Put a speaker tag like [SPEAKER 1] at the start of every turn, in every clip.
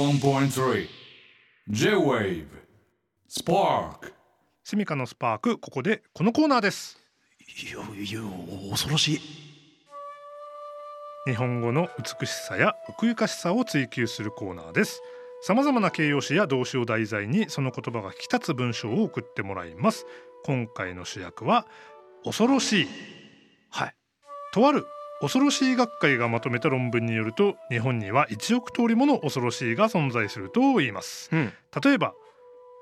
[SPEAKER 1] 81.3 J-Wave Spark
[SPEAKER 2] スミカのスパークここでこのコーナーです
[SPEAKER 3] いやいやお恐ろしい
[SPEAKER 2] 日本語の美しさや奥ゆかしさを追求するコーナーです様々な形容詞や動詞を題材にその言葉が引き立つ文章を送ってもらいます今回の主役は恐ろしい
[SPEAKER 3] はい
[SPEAKER 2] とある恐ろしい学会がまとめた論文によると日本には1億通りもの恐ろしいが存在すると言います
[SPEAKER 3] うん
[SPEAKER 2] 例えば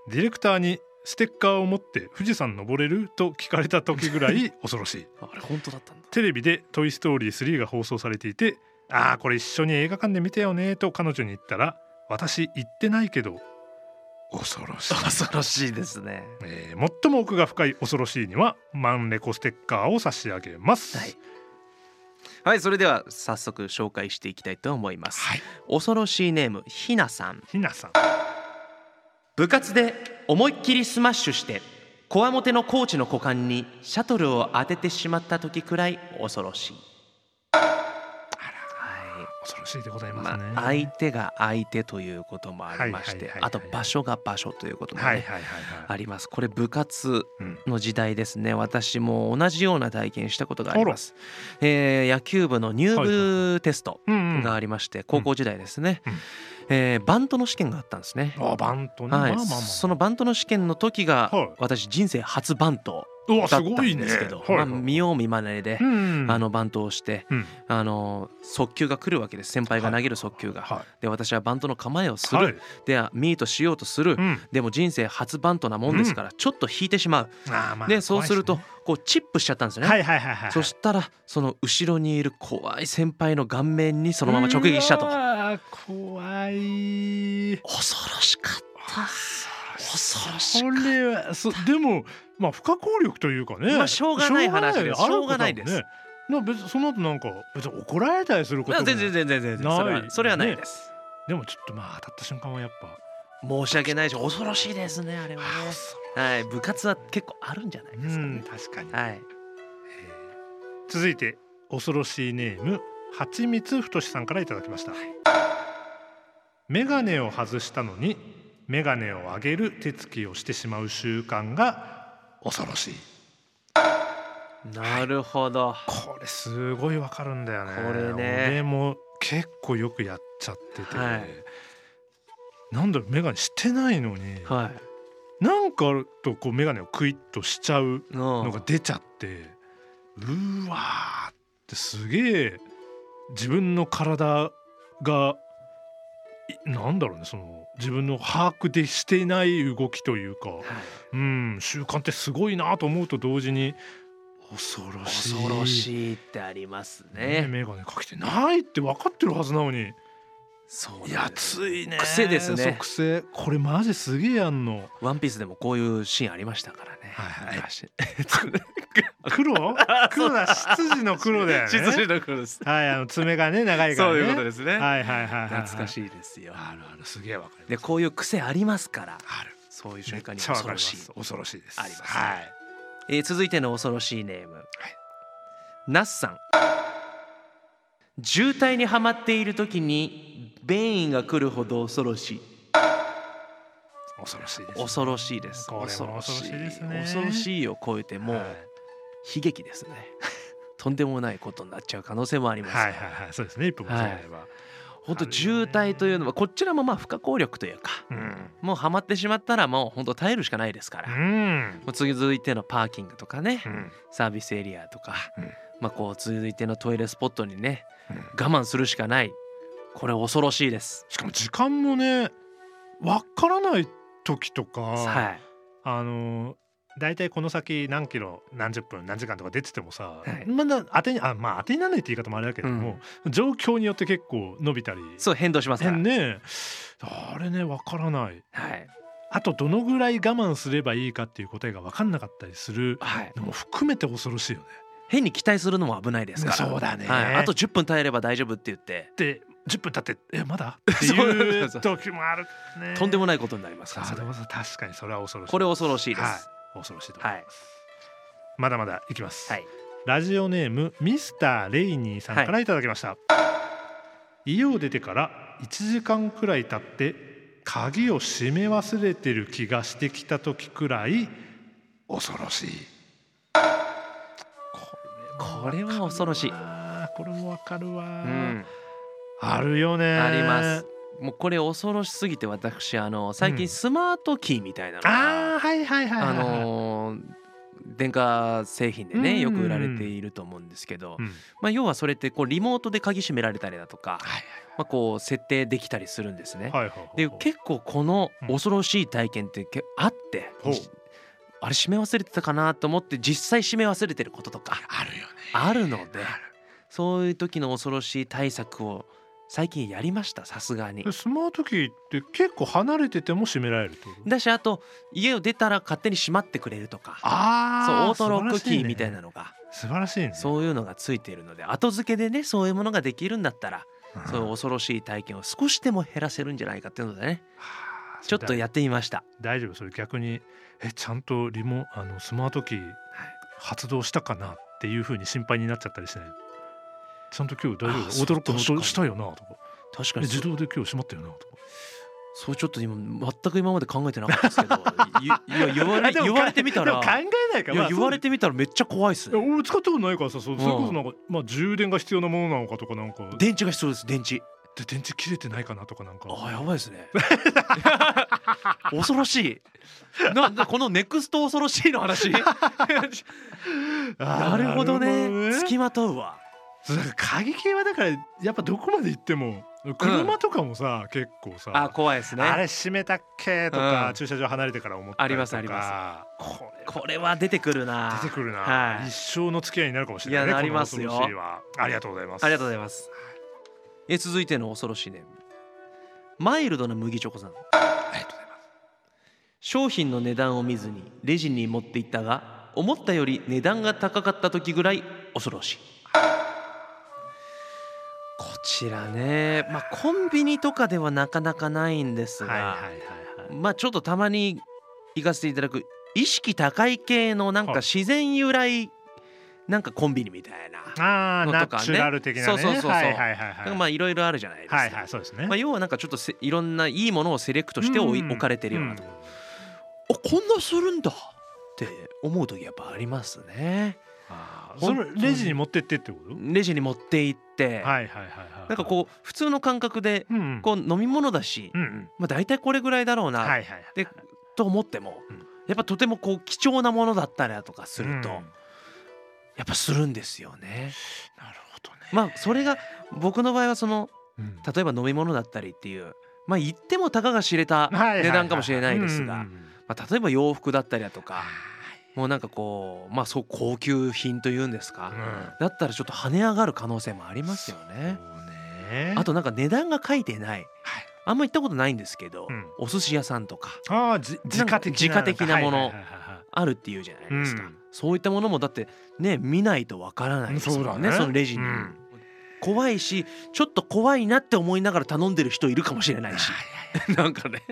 [SPEAKER 2] ディレクターにステッカーを持って富士山登れると聞かれた時ぐらい恐ろしい
[SPEAKER 3] あれ本当だったんだ
[SPEAKER 2] テレビで「トイ・ストーリー3」が放送されていて「ああこれ一緒に映画館で見たよね」と彼女に言ったら「私行ってないけど恐ろしい」
[SPEAKER 3] 恐ろしいですね
[SPEAKER 2] えー最も奥が深い恐ろしいにはマンレコステッカーを差し上げます、
[SPEAKER 3] はいはいそれでは早速紹介していきたいと思います、
[SPEAKER 2] はい
[SPEAKER 3] 恐ろしいネームひなさん
[SPEAKER 2] ひなさん
[SPEAKER 3] 部活で思いっきりスマッシュしてこわもてのコーチの股間にシャトルを当ててしまった時くらい恐ろしいはい
[SPEAKER 2] 恐ろしいでございますね、
[SPEAKER 3] まあ、相手が相手ということもありまし
[SPEAKER 2] はい
[SPEAKER 3] て
[SPEAKER 2] はいはいはい
[SPEAKER 3] あと場所が場所ということもね、
[SPEAKER 2] はいはいはいはい
[SPEAKER 3] ありますこれ部活
[SPEAKER 2] うん
[SPEAKER 3] の時代ですね私も同じような体験したことがあります、えー野球部の入部テスト
[SPEAKER 2] うんうん
[SPEAKER 3] がありまして高校時代ですね、
[SPEAKER 2] うん
[SPEAKER 3] えーバントの試験があったんですね、
[SPEAKER 2] あバントね、
[SPEAKER 3] はい、
[SPEAKER 2] まあまあまあ
[SPEAKER 3] そのバントの試験の時が
[SPEAKER 2] はい
[SPEAKER 3] 私人生初バント
[SPEAKER 2] う
[SPEAKER 3] だ
[SPEAKER 2] わ
[SPEAKER 3] った
[SPEAKER 2] す
[SPEAKER 3] ん
[SPEAKER 2] ごいね
[SPEAKER 3] ですけど、
[SPEAKER 2] はいはい
[SPEAKER 3] まあ、見よう見まねで、
[SPEAKER 2] うん
[SPEAKER 3] あのバントをして
[SPEAKER 2] うん
[SPEAKER 3] あの速球が来るわけです先輩が投げる速球が、
[SPEAKER 2] は
[SPEAKER 3] で私はバントの構えをす
[SPEAKER 2] い
[SPEAKER 3] る、
[SPEAKER 2] はい
[SPEAKER 3] でミートしようとする、
[SPEAKER 2] うん
[SPEAKER 3] でも人生初バントなもんですからちょっと引いてしまう、
[SPEAKER 2] あーまあ
[SPEAKER 3] でそうすると
[SPEAKER 2] 怖い
[SPEAKER 3] こうチップしちゃったんです
[SPEAKER 2] で
[SPEAKER 3] よね、
[SPEAKER 2] はいはいはいはい
[SPEAKER 3] そしたらその後ろにいる怖い先輩の顔面にそのまま直撃したと
[SPEAKER 2] うわー怖い
[SPEAKER 3] 恐ろしかった恐ろしか
[SPEAKER 2] こ
[SPEAKER 3] っ
[SPEAKER 2] れはそでもまあ不可抗力というかね、
[SPEAKER 3] まあしょうがない話です
[SPEAKER 2] しょうがない
[SPEAKER 3] しょうが
[SPEAKER 2] よね
[SPEAKER 3] ないです
[SPEAKER 2] な別にその後なんか別に怒られたりするこ
[SPEAKER 3] た
[SPEAKER 2] とも
[SPEAKER 3] 全然全然全然それ
[SPEAKER 2] な
[SPEAKER 3] はいそれはない
[SPEAKER 2] ね
[SPEAKER 3] です、
[SPEAKER 2] でもちょっとまあ当たった瞬間はやっぱ
[SPEAKER 3] 申し訳ないし恐ろしいですねあれはね
[SPEAKER 2] あそ
[SPEAKER 3] はい部活は結構あるんじゃな
[SPEAKER 2] う
[SPEAKER 3] いですか
[SPEAKER 2] ん
[SPEAKER 3] ね
[SPEAKER 2] 確かに
[SPEAKER 3] はい
[SPEAKER 2] 続いて恐ろしいネームはちみつふとしさんからいただきましたメガネを外したのにメガネを上げる手つきをしてしまう習慣が恐ろしい
[SPEAKER 3] なるほど
[SPEAKER 2] これすごいわかるんだよね
[SPEAKER 3] これね
[SPEAKER 2] 俺も結構よくやっちゃってて、
[SPEAKER 3] はい
[SPEAKER 2] なんだろうメガネしてないのに、
[SPEAKER 3] は
[SPEAKER 2] なんかあるとこうメガネをクイッとしちゃう
[SPEAKER 3] いの
[SPEAKER 2] のが出ちゃってうーわーってすげえ自分の体がいなんだろうねその自分の把握でしていない動きというか、うん習慣ってすごいなと思うと同時に恐ろしい
[SPEAKER 3] 恐ろしいってあります
[SPEAKER 2] ね
[SPEAKER 3] ね
[SPEAKER 2] 眼鏡かけてないって分かってるはずなのに
[SPEAKER 3] そう
[SPEAKER 2] い
[SPEAKER 3] なん
[SPEAKER 2] や
[SPEAKER 3] です
[SPEAKER 2] ついね
[SPEAKER 3] 癖ですね
[SPEAKER 2] そう癖これマジすげえやんの
[SPEAKER 3] ワンピースでもこういうシーンありましたからね
[SPEAKER 2] はいはい
[SPEAKER 3] 昔
[SPEAKER 2] 黒 黒だ羊の黒だよね
[SPEAKER 3] 秩序の頃です
[SPEAKER 2] はいあの爪がね長いからね
[SPEAKER 3] ですね
[SPEAKER 2] はいはいはいはい
[SPEAKER 3] 懐か
[SPEAKER 2] い
[SPEAKER 3] しいですよ
[SPEAKER 2] あるあるすげえわかる
[SPEAKER 3] でこういう癖ありますから
[SPEAKER 2] ある
[SPEAKER 3] そういう
[SPEAKER 2] め
[SPEAKER 3] 瞬
[SPEAKER 2] っ
[SPEAKER 3] 間に
[SPEAKER 2] ちゃわかり
[SPEAKER 3] 恐ろ
[SPEAKER 2] ま
[SPEAKER 3] しい
[SPEAKER 2] す恐ろしいです
[SPEAKER 3] ありますね
[SPEAKER 2] はい
[SPEAKER 3] えー続いての恐ろしいネーム、ナスさん渋滞にはまっている時に便意が来るほど恐ろしい
[SPEAKER 2] 恐ろしいです
[SPEAKER 3] 恐ろしいです
[SPEAKER 2] これも恐ろしいですね
[SPEAKER 3] 恐ろしいを超えてもう
[SPEAKER 2] はい
[SPEAKER 3] 悲劇ですねとんでもないことになっちゃう可能性もあります、
[SPEAKER 2] はいはいはいそうですね一歩間違えれば
[SPEAKER 3] 本当渋滞というのはこちらもまあ不可抗力というか
[SPEAKER 2] うん
[SPEAKER 3] もうはまってしまったらもう本当耐えるしかないですから、
[SPEAKER 2] う
[SPEAKER 3] も
[SPEAKER 2] ん
[SPEAKER 3] う続いてのパーキングとかね、
[SPEAKER 2] うん
[SPEAKER 3] サービスエリアとか、
[SPEAKER 2] うん
[SPEAKER 3] まあこう続いてのトイレスポットにね
[SPEAKER 2] うん
[SPEAKER 3] 我慢するしかないこれ恐ろしいです
[SPEAKER 2] しかも時間もねわからない時とか、
[SPEAKER 3] はい
[SPEAKER 2] あの大体この先何キロ何十分何時間とか出ててもさ、
[SPEAKER 3] はい
[SPEAKER 2] まだ当てにあまあ当てにならないって言い方もあれだけども、状況によって結構伸びたり
[SPEAKER 3] そう変動しますから、
[SPEAKER 2] ねあれねわからない
[SPEAKER 3] はい
[SPEAKER 2] あとどのぐらい我慢すればいいかっていう答えが分かんなかったりする
[SPEAKER 3] はい
[SPEAKER 2] のも含めて恐ろしいよね。
[SPEAKER 3] 変に期待するのも危ないですから
[SPEAKER 2] そうだね
[SPEAKER 3] はい、あと10分耐えれば大丈夫って言って
[SPEAKER 2] で10分経って「えまだ?」って
[SPEAKER 3] そうそう
[SPEAKER 2] い
[SPEAKER 3] そう
[SPEAKER 2] う
[SPEAKER 3] そう
[SPEAKER 2] 時もあるね。
[SPEAKER 3] とんでも
[SPEAKER 2] ない
[SPEAKER 3] ないことになりますから
[SPEAKER 2] さ
[SPEAKER 3] それ
[SPEAKER 2] あ確かにそれは恐ろしい。
[SPEAKER 3] これ恐ろしいです、
[SPEAKER 2] はい、恐ろしいと思います、
[SPEAKER 3] はい
[SPEAKER 2] まだまだいきます、
[SPEAKER 3] はい
[SPEAKER 2] ラジオネームミスターレイニーさんからいただきました、家を出てから1時間くらい経って鍵を閉め忘れてる気がしてきた時くらい恐ろしい
[SPEAKER 3] これは恐ろしい、
[SPEAKER 2] あーこれもわかるわ、
[SPEAKER 3] うん、
[SPEAKER 2] あるよね
[SPEAKER 3] ありますもうこれ恐ろしすぎて私あの最
[SPEAKER 2] うん
[SPEAKER 3] 近スマートキーみたいなのが、
[SPEAKER 2] あーはいはいはいはい
[SPEAKER 3] あ
[SPEAKER 2] はい
[SPEAKER 3] のー電化製品でね、
[SPEAKER 2] うん
[SPEAKER 3] よく売られていると思うんですけど、
[SPEAKER 2] うん
[SPEAKER 3] まあ、要はそれってこうリモートで鍵閉められたりだとか、
[SPEAKER 2] はい
[SPEAKER 3] まあ、こう設定できたりするんです
[SPEAKER 2] は
[SPEAKER 3] ね。
[SPEAKER 2] いはいはい
[SPEAKER 3] で結構この恐ろしい体験ってけあって、
[SPEAKER 2] ほう
[SPEAKER 3] あれ閉め忘れてたかなと思って実際閉め忘れてることとか
[SPEAKER 2] あるよね
[SPEAKER 3] あるので
[SPEAKER 2] あ
[SPEAKER 3] そういう時の恐ろしい対策を最近やりましたさすがに
[SPEAKER 2] で。スマートキーって結構離れてても閉められるってこと
[SPEAKER 3] だしあと家を出たら勝手に閉まってくれるとか
[SPEAKER 2] あ
[SPEAKER 3] そう
[SPEAKER 2] ー
[SPEAKER 3] オートロックキーみたい
[SPEAKER 2] な
[SPEAKER 3] なのが
[SPEAKER 2] 素晴らしいね
[SPEAKER 3] そういうのがついているので後付けでねそういうものができるんだったら
[SPEAKER 2] うん
[SPEAKER 3] そういう恐ろしい体験を少しでも減らせるんじゃないかっていうのでね
[SPEAKER 2] はあ
[SPEAKER 3] ちょっとやってみました。
[SPEAKER 2] 大丈夫それ逆にえちゃんとリモあのスマートキー発動したかなっていうふうに心配になっちゃったりしないちゃんと今日大丈夫
[SPEAKER 3] あー
[SPEAKER 2] オートロックの
[SPEAKER 3] そう確か
[SPEAKER 2] 音
[SPEAKER 3] に
[SPEAKER 2] したよなとか
[SPEAKER 3] 確
[SPEAKER 2] え
[SPEAKER 3] かに
[SPEAKER 2] 自
[SPEAKER 3] そう
[SPEAKER 2] 動で今日閉まったよなとか
[SPEAKER 3] そうちょっと今全く今まで考えてなかった ですけどいいや言われ言われてみたら
[SPEAKER 2] えない
[SPEAKER 3] いや言われ
[SPEAKER 2] て
[SPEAKER 3] てみたらめっちゃ怖いっすね
[SPEAKER 2] 俺使ったことないからさそう
[SPEAKER 3] うん
[SPEAKER 2] それこそなんか、まあ、充電が必要なものなのかとかなんかで
[SPEAKER 3] 電池が必要です電池
[SPEAKER 2] 電池切れてないかなとかなんか
[SPEAKER 3] あーやばいです ね恐ろしいななこのネクスト恐ろしいの話
[SPEAKER 2] あ ー
[SPEAKER 3] なるほどね
[SPEAKER 2] なるほ
[SPEAKER 3] 付
[SPEAKER 2] どね
[SPEAKER 3] きまとうわ
[SPEAKER 2] そうだから鍵系はだからやっぱどこまで行っても車とかもさ、結構さ
[SPEAKER 3] あー怖いですね
[SPEAKER 2] あれ閉めたっけとか、
[SPEAKER 3] うん
[SPEAKER 2] 駐車場離れてから思ったりとか
[SPEAKER 3] ありますありま
[SPEAKER 2] これ
[SPEAKER 3] これは出てくるな
[SPEAKER 2] 出てくるな、
[SPEAKER 3] はい
[SPEAKER 2] 一生の付き合いになるかもしれないね
[SPEAKER 3] いやなりますよ
[SPEAKER 2] この恐ろしいはありがとうございます
[SPEAKER 3] ありがとうございますえ続いての恐ろしいねマイルドな麦チョコさん
[SPEAKER 2] ありがとうございます
[SPEAKER 3] 商品の値段を見ずにレジに持っていったが思ったより値段が高かった時ぐらい恐ろしいこちらねまあコンビニとかではなかなかないんですが、
[SPEAKER 2] はいはいはいはい
[SPEAKER 3] まあちょっとたまに行かせていただく意識高い系のなんか
[SPEAKER 2] はい
[SPEAKER 3] 自然由来なんかコンビニみたいな、
[SPEAKER 2] あー
[SPEAKER 3] の
[SPEAKER 2] ナ
[SPEAKER 3] とかね
[SPEAKER 2] チュラル的なね
[SPEAKER 3] そうそうそうそう
[SPEAKER 2] はいはいはいはい
[SPEAKER 3] まあいろいろあるじゃないですか、
[SPEAKER 2] はいはいそうですね、
[SPEAKER 3] まあ、要はなんかちょっとせいろんないいものをセレクトしておい
[SPEAKER 2] うん
[SPEAKER 3] 置かれてるようなとこあこんなするんだって思う時やっぱありますね
[SPEAKER 2] あー
[SPEAKER 3] 本当
[SPEAKER 2] そ
[SPEAKER 3] に
[SPEAKER 2] れレジに持ってってってこと、
[SPEAKER 3] レジに持って行って、
[SPEAKER 2] はいはいはいはい
[SPEAKER 3] なんかこう普通の感覚で
[SPEAKER 2] う、うん、
[SPEAKER 3] こう飲み物だし、
[SPEAKER 2] うんうん
[SPEAKER 3] まあ、大体これぐらいだろうな、
[SPEAKER 2] はいはいはい
[SPEAKER 3] でと思っても、
[SPEAKER 2] うん
[SPEAKER 3] やっぱとてもこう貴重なものだったりだとかすると、
[SPEAKER 2] うん
[SPEAKER 3] やっぱするんですよね。
[SPEAKER 2] なるほどね
[SPEAKER 3] まあそれが僕の場合はその
[SPEAKER 2] うん
[SPEAKER 3] 例えば飲み物だったりっていうまあ言ってもたかが知れ
[SPEAKER 2] は
[SPEAKER 3] た
[SPEAKER 2] いはいはい
[SPEAKER 3] 値段かもしれないですが、
[SPEAKER 2] うんうんうん
[SPEAKER 3] まあ、例えば洋服だったりだとかもうなんかこうまあそう高級品というんですか、
[SPEAKER 2] うん
[SPEAKER 3] だったらちょっと跳ね上がる可能性もありますよね。
[SPEAKER 2] そうね
[SPEAKER 3] あとなんか値段が書いてない、
[SPEAKER 2] はい
[SPEAKER 3] あんま行ったことないんですけど、
[SPEAKER 2] うん
[SPEAKER 3] お寿司屋さんとか
[SPEAKER 2] ああ、じ自家的な
[SPEAKER 3] なんか自家的なもの
[SPEAKER 2] はいはいはいはいはい
[SPEAKER 3] あるっていうじゃないですか、
[SPEAKER 2] うん
[SPEAKER 3] そういったものもだってね見ないとわからないですもんね
[SPEAKER 2] そうだね
[SPEAKER 3] そのレジに、
[SPEAKER 2] うん
[SPEAKER 3] 怖いしちょっと怖いなって思いながら頼んでる人いるかもしれないし なんかね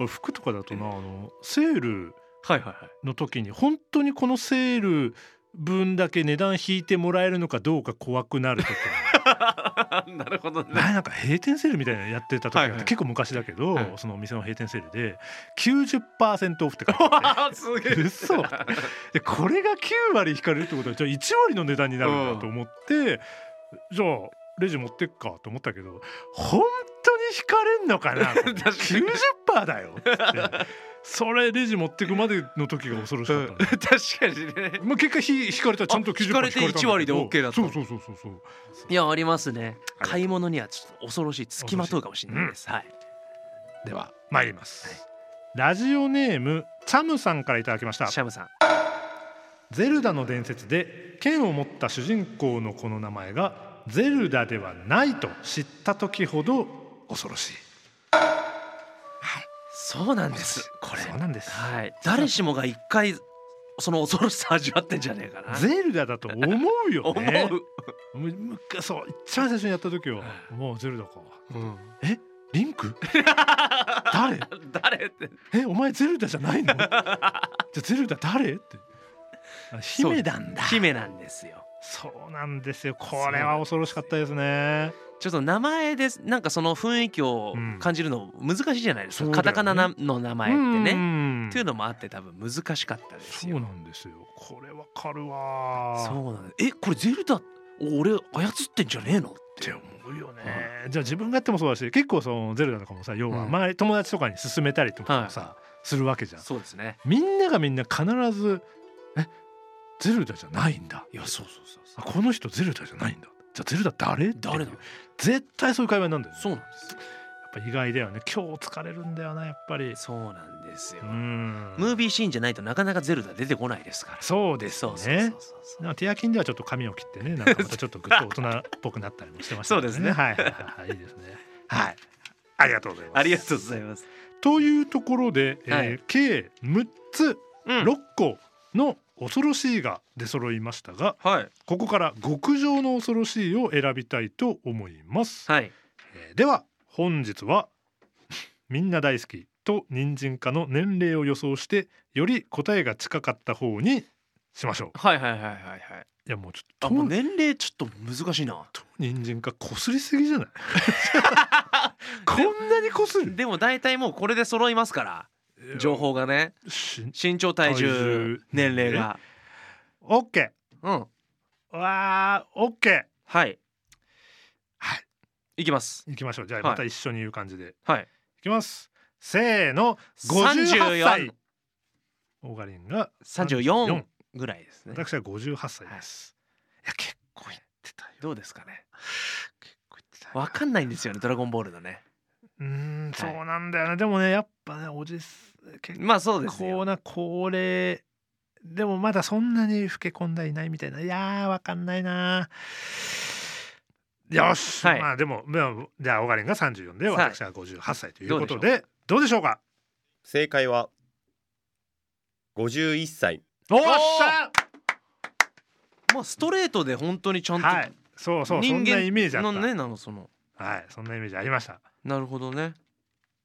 [SPEAKER 2] 俺服とかだとなあのセール
[SPEAKER 3] はいはいはい
[SPEAKER 2] の時に本当にこのセール分だけ値段引いてもらえるのかどうか怖くなるとか
[SPEAKER 3] なるほどね。
[SPEAKER 2] 前なんか閉店セールみたいなのやってた時があって
[SPEAKER 3] はいはい
[SPEAKER 2] 結構昔だけど、
[SPEAKER 3] はい
[SPEAKER 2] そのお店の閉店セールで90%オフって書いてあって。
[SPEAKER 3] あ すげえ。
[SPEAKER 2] 嘘でこれが9割引かれるってことはじゃあ1割の値段になるんだと思って、じゃあレジ持ってっかと思ったけど本当に引かれんの かな
[SPEAKER 3] かに
[SPEAKER 2] 90%だよっつってそれレジ持ってくまでの時が恐ろしかったんだよ、
[SPEAKER 3] 確かにね。
[SPEAKER 2] まあ、結果ひ引かれたらちゃんと
[SPEAKER 3] あ
[SPEAKER 2] 90%
[SPEAKER 3] 引かれて
[SPEAKER 2] 引かれたんだけど
[SPEAKER 3] 1割で OK だった
[SPEAKER 2] そうそうそうそうそう
[SPEAKER 3] いやありますね。
[SPEAKER 2] ありがとう
[SPEAKER 3] 買い物にはちょっと恐ろしい付きまとうかもしれないです。はい。
[SPEAKER 2] では参ります、ラジオネームチャムさんからいただきました
[SPEAKER 3] シャムさん。
[SPEAKER 2] ゼルダの伝説で剣を持った主人公の子の名前がゼルダではないと知った時ほど恐ろしい
[SPEAKER 3] そうなんです。これ。
[SPEAKER 2] そうなんです
[SPEAKER 3] はい。誰しもが一回その恐ろしさ味わってんじゃねえかな。
[SPEAKER 2] ゼルダだと思うよ
[SPEAKER 3] 思
[SPEAKER 2] ね
[SPEAKER 3] う。
[SPEAKER 2] 思うむむそう一番最初にやった時はもうゼルダか
[SPEAKER 3] うん、
[SPEAKER 2] リン ク誰
[SPEAKER 3] 誰って。
[SPEAKER 2] えお前ゼルダじゃない のじゃあゼルダ誰ってあ姫なんだ
[SPEAKER 3] 姫なんですよ。
[SPEAKER 2] そうなんですよこれは恐ろしかったですね
[SPEAKER 3] ちょっと名前でなんかその雰囲気を
[SPEAKER 2] うん
[SPEAKER 3] 感じるの難しいじゃないですか、
[SPEAKER 2] そうだよね
[SPEAKER 3] カタカナなの名前って
[SPEAKER 2] う
[SPEAKER 3] ね。
[SPEAKER 2] ん
[SPEAKER 3] っていうのもあって多分難しかったです
[SPEAKER 2] そう
[SPEAKER 3] よ。
[SPEAKER 2] なんですよこれわかるわ
[SPEAKER 3] そうなんですえこれゼルダ俺操ってんじゃねえのっ
[SPEAKER 2] って
[SPEAKER 3] て
[SPEAKER 2] 思うよね、じゃあ自分がやってもそうだし結構そのゼルダとかもさ要は
[SPEAKER 3] うん
[SPEAKER 2] 周り友達とかに勧めたりとかもさ、するわけじゃん
[SPEAKER 3] そうですね。
[SPEAKER 2] みんながみんな必ず「えゼルダじゃないんだ
[SPEAKER 3] いやそうそうそう
[SPEAKER 2] あ
[SPEAKER 3] そう。
[SPEAKER 2] この人ゼルダじゃないんだじゃあゼルダ誰?」って
[SPEAKER 3] 誰だ
[SPEAKER 2] 絶対そういう会話になるんだよね
[SPEAKER 3] そうなんで
[SPEAKER 2] やっぱ意外だよね今日疲れるんだよなやっぱり
[SPEAKER 3] す。そうなんですよ。
[SPEAKER 2] うん
[SPEAKER 3] ムービーシーンじゃないとなかなかゼルダ出てこないですから。
[SPEAKER 2] そうです
[SPEAKER 3] そうそうそう
[SPEAKER 2] ね
[SPEAKER 3] そうそう。
[SPEAKER 2] なんか手焼きんではちょっと髪を切ってねなんかまたちょっとぐっと大人っぽくなったりもしてましたけど
[SPEAKER 3] そうですね
[SPEAKER 2] はいはいはいいいですねはいありがとうございます
[SPEAKER 3] ありがとうございます。
[SPEAKER 2] というところで、えー
[SPEAKER 3] はい
[SPEAKER 2] 計6つ
[SPEAKER 3] うん
[SPEAKER 2] 6個の恐ろしいが出揃いましたが
[SPEAKER 3] はい
[SPEAKER 2] ここから極上の恐ろしいを選びたいと思います、
[SPEAKER 3] はい
[SPEAKER 2] えーでは本日は みんな大好きと人参科の年齢を予想してより答えが近かった方にしましょう
[SPEAKER 3] はいはいはいはいはい。
[SPEAKER 2] いやもうちょっと
[SPEAKER 3] あもう年齢ちょっと難しいな。
[SPEAKER 2] と人参科こすりすぎじゃないこんなにこする
[SPEAKER 3] でも大体もうこれで揃いますから情報がね
[SPEAKER 2] し
[SPEAKER 3] 身長体
[SPEAKER 2] 体
[SPEAKER 3] 重
[SPEAKER 2] 重
[SPEAKER 3] 年齢が
[SPEAKER 2] OK
[SPEAKER 3] うん
[SPEAKER 2] わー OK
[SPEAKER 3] はい
[SPEAKER 2] はい
[SPEAKER 3] きます
[SPEAKER 2] 行きましょうじゃあ
[SPEAKER 3] はい
[SPEAKER 2] また一緒に言う感じで、い、
[SPEAKER 3] はい
[SPEAKER 2] きますせーの58歳オーガリンが
[SPEAKER 3] 34ぐらいですね
[SPEAKER 2] 私は58歳です、い、や結構言ってたよ
[SPEAKER 3] どうですかね
[SPEAKER 2] 結構言ってたよ
[SPEAKER 3] わかんないんですよねドラゴンボールのね
[SPEAKER 2] うーんそうなんだよね、でもねやっぱねおじす結
[SPEAKER 3] まあそうです
[SPEAKER 2] 構
[SPEAKER 3] よ
[SPEAKER 2] な高齢でもまだそんなに老け込んだいないみたいないやーわかんないなよし、
[SPEAKER 3] はい
[SPEAKER 2] まあでもまあじゃあオーガリンが34で
[SPEAKER 3] はい
[SPEAKER 2] 私は58歳ということで、ど
[SPEAKER 3] ど
[SPEAKER 2] うでしょうか
[SPEAKER 4] 正解は51歳
[SPEAKER 2] おっしゃ
[SPEAKER 3] まあストレートで本当にちゃんと
[SPEAKER 2] はい、そうそう、そ
[SPEAKER 3] 人
[SPEAKER 2] んなイメージあ
[SPEAKER 3] 間
[SPEAKER 2] った。
[SPEAKER 3] のねなのその
[SPEAKER 2] はい、そんなイメージありました。
[SPEAKER 3] なるほどね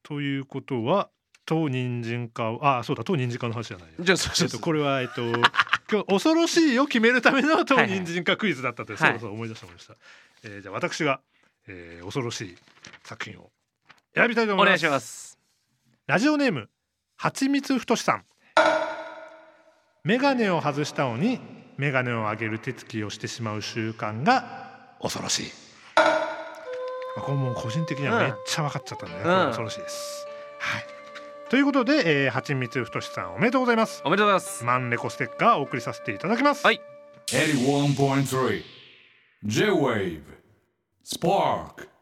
[SPEAKER 2] ということは、と人参か、あ、そうだ、と人参かの話じゃないよ。
[SPEAKER 3] じゃあそう
[SPEAKER 2] え
[SPEAKER 3] そ
[SPEAKER 2] っ
[SPEAKER 3] う
[SPEAKER 2] と、
[SPEAKER 3] そう
[SPEAKER 2] これは、えっと、 今日恐ろしいを決めるためのと人参かクイズだったと、
[SPEAKER 3] はいはい
[SPEAKER 2] そうそう思い出した思い出した。えーじゃあ、私が、えー恐ろしい作品を選びたいと思
[SPEAKER 3] お
[SPEAKER 2] い
[SPEAKER 3] 願
[SPEAKER 2] ま
[SPEAKER 3] い
[SPEAKER 2] す。
[SPEAKER 3] します
[SPEAKER 2] ラジオネーム、はちみつふとしさん。メガネを外したのに、メガネを上げる手つきをしてしまう習慣が恐ろしい。まあこれもう個人的には
[SPEAKER 3] うん
[SPEAKER 2] めっちゃ分かっちゃったんで、ね
[SPEAKER 3] ん
[SPEAKER 2] これは恐ろしいです。はい。ということで、えー、はちみつふとしさんおめでとうございます。
[SPEAKER 3] おめでとうございます
[SPEAKER 2] マンレコステッカーをお送りさせていただきます。
[SPEAKER 3] はい
[SPEAKER 1] 81.3 J-Wave Spark